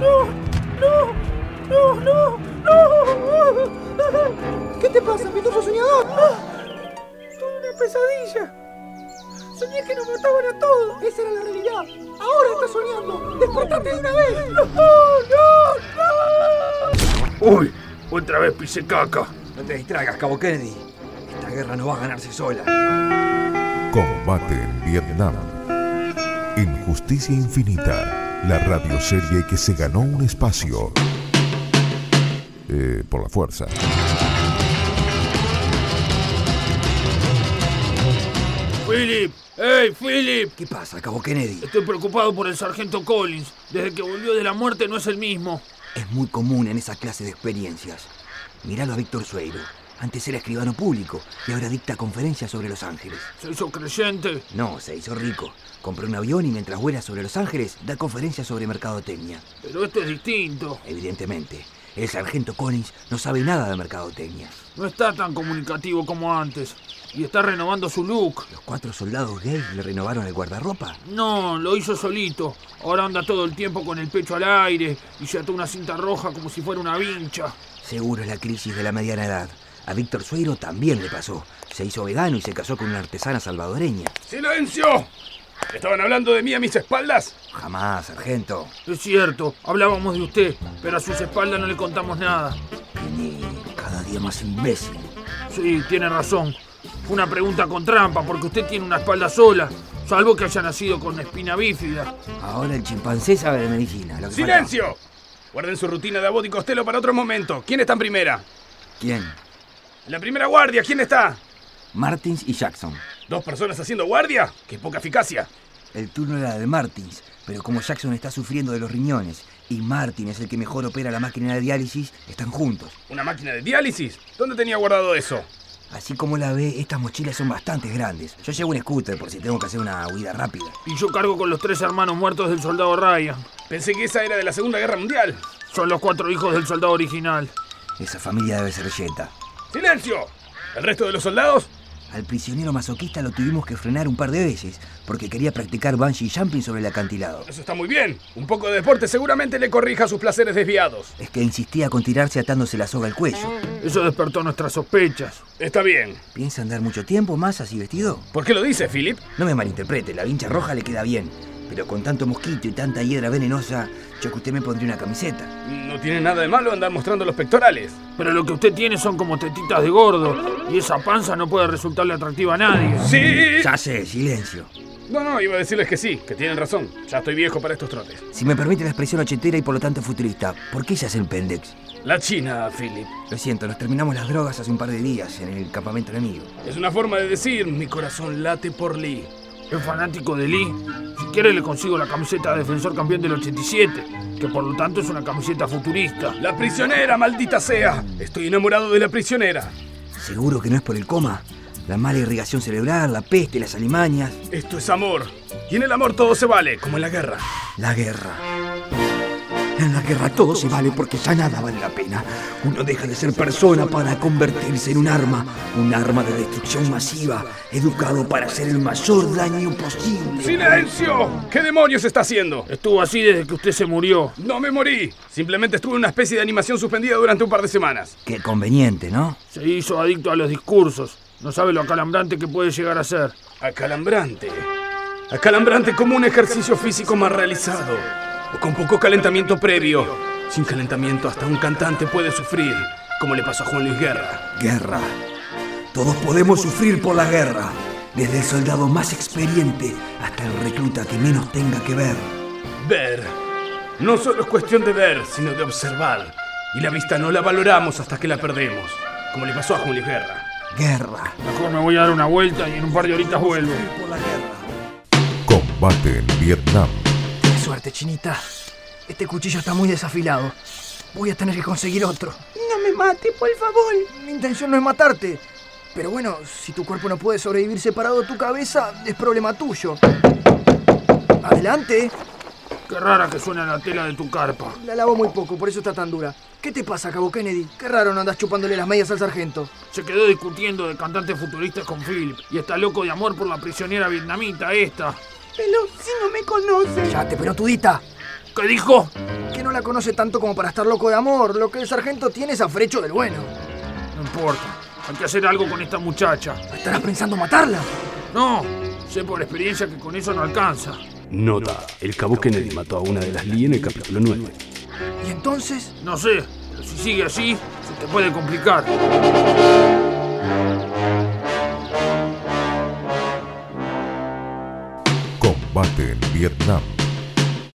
¡No! ¡No! ¡No! ¡No! ¡No! ¿Qué te pasa, pitufo soñador? Tuve una pesadilla. Soñé que nos mataban a todos. Esa era la realidad. Ahora estás soñando. ¡Despertate de una vez! ¡No! ¡No! ¡No! ¡Uy! Otra vez pisé caca. No te distraigas, Cabo Kennedy. Esta guerra no va a ganarse sola. Combate en Vietnam. Injusticia Infinita, la radioserie que se ganó un espacio eh, por la fuerza. Philip, ¡Hey, Philip! ¿Qué pasa, Cabo Kennedy? Estoy preocupado por el sargento Collins. Desde que volvió de la muerte no es el mismo. Es muy común en esa clase de experiencias. Míralo a Víctor Sueiro. Antes era escribano público y ahora dicta conferencias sobre Los Ángeles. ¿Se hizo creyente? No, se hizo rico. Compró un avión y mientras vuela sobre Los Ángeles da conferencias sobre mercadotecnia. Pero esto es distinto. Evidentemente. El sargento Collins no sabe nada de mercadotecnia. No está tan comunicativo como antes. Y está renovando su look. ¿Los cuatro soldados gays le renovaron el guardarropa? No, lo hizo solito. Ahora anda todo el tiempo con el pecho al aire y se ató una cinta roja como si fuera una vincha. Seguro es la crisis de la mediana edad. A Víctor Sueiro también le pasó. Se hizo vegano y se casó con una artesana salvadoreña. ¡Silencio! ¿Estaban hablando de mí a mis espaldas? Jamás, sargento. Es cierto, hablábamos de usted, pero a sus espaldas no le contamos nada. Viene cada día más imbécil. Sí, tiene razón. Fue una pregunta con trampa, porque usted tiene una espalda sola, salvo que haya nacido con espina bífida. Ahora el chimpancé sabe de medicina. Lo que ¡Silencio! Falta... Guarden su rutina de abot y costelo para otro momento. ¿Quién está en primera? ¿Quién? En la primera guardia, ¿quién está? Martins y Jackson. ¿Dos personas haciendo guardia? ¡Qué poca eficacia! El turno era de Martins, pero como Jackson está sufriendo de los riñones y Martin es el que mejor opera la máquina de diálisis, están juntos. ¿Una máquina de diálisis? ¿Dónde tenía guardado eso? Así como la ve, estas mochilas son bastante grandes. Yo llevo un scooter por si tengo que hacer una huida rápida. Y yo cargo con los tres hermanos muertos del soldado Ryan. Pensé que esa era de la Segunda Guerra Mundial. Son los cuatro hijos del soldado original. Esa familia debe ser yeta. ¡Silencio! ¿El resto de los soldados? Al prisionero masoquista lo tuvimos que frenar un par de veces porque quería practicar bungee jumping sobre el acantilado. Eso está muy bien. Un poco de deporte seguramente le corrija sus placeres desviados. Es que insistía con tirarse atándose la soga al cuello. Eso despertó nuestras sospechas. Está bien. ¿Piensa andar mucho tiempo más así vestido? ¿Por qué lo dice, Philip? No me malinterprete, la vincha roja le queda bien. Pero con tanto mosquito y tanta hiedra venenosa, yo que usted me pondría una camiseta. No tiene nada de malo andar mostrando los pectorales. Pero lo que usted tiene son como tetitas de gordo. Y esa panza no puede resultarle atractiva a nadie. ¡Sí! Ya sé, silencio. No, no, iba a decirles que sí, que tienen razón. Ya estoy viejo para estos trotes. Si me permite la expresión ochentera y por lo tanto futurista, ¿por qué se hace el pendex? La China, Philip. Lo siento, nos terminamos las drogas hace un par de días en el campamento enemigo. Es una forma de decir, mi corazón late por Lee. Es fanático de Lee. Si quiere le consigo la camiseta de defensor campeón del 87, que por lo tanto es una camiseta futurista. La prisionera, maldita sea. Estoy enamorado de la prisionera. ¿Seguro que no es por el coma? La mala irrigación cerebral, la peste, las alimañas. Esto es amor. Y en el amor todo se vale, como en la guerra. La guerra. En la guerra todo se vale porque ya nada vale la pena. Uno deja de ser persona para convertirse en un arma, un arma de destrucción masiva, educado para hacer el mayor daño posible. ¡Silencio! ¿Qué demonios está haciendo? Estuvo así desde que usted se murió. No me morí. Simplemente estuve en una especie de animación suspendida durante un par de semanas. Qué conveniente, ¿no? Se hizo adicto a los discursos. No sabe lo acalambrante que puede llegar a ser. Acalambrante. Acalambrante como un ejercicio físico más realizado o con poco calentamiento previo. Sin calentamiento hasta un cantante puede sufrir, como le pasó a Juan Luis Guerra. Guerra. Todos podemos sufrir por la guerra, desde el soldado más experiente hasta el recluta que menos tenga que ver. Ver. No solo es cuestión de ver, sino de observar. Y la vista no la valoramos hasta que la perdemos, como le pasó a Juan Luis Guerra. Guerra. Mejor me voy a dar una vuelta y en un par de horitas vuelvo. Por la guerra. Combate en Vietnam suerte, Chinita. Este cuchillo está muy desafilado. Voy a tener que conseguir otro. No me mate, por favor. Mi intención no es matarte. Pero bueno, si tu cuerpo no puede sobrevivir separado de tu cabeza, es problema tuyo. Adelante. Qué rara que suena la tela de tu carpa. La lavo muy poco, por eso está tan dura. ¿Qué te pasa, Cabo Kennedy? Qué raro no andas chupándole las medias al sargento. Se quedó discutiendo de cantantes futuristas con Philip y está loco de amor por la prisionera vietnamita esta pero si no me conoce. Cállate, pelotudita. ¿Qué dijo? Que no la la conoce tanto como para estar loco de amor. Lo que el sargento tiene es afrecho del bueno. No importa. Hay que hacer algo con esta muchacha. ¿Estarás pensando matarla? No, sé por experiencia que con eso no alcanza. Nota, el cabo Kennedy mató a una de las Lee en el capítulo 9. Y entonces, No sé, pero si sigue así, se te puede complicar. Combate en Vietnam.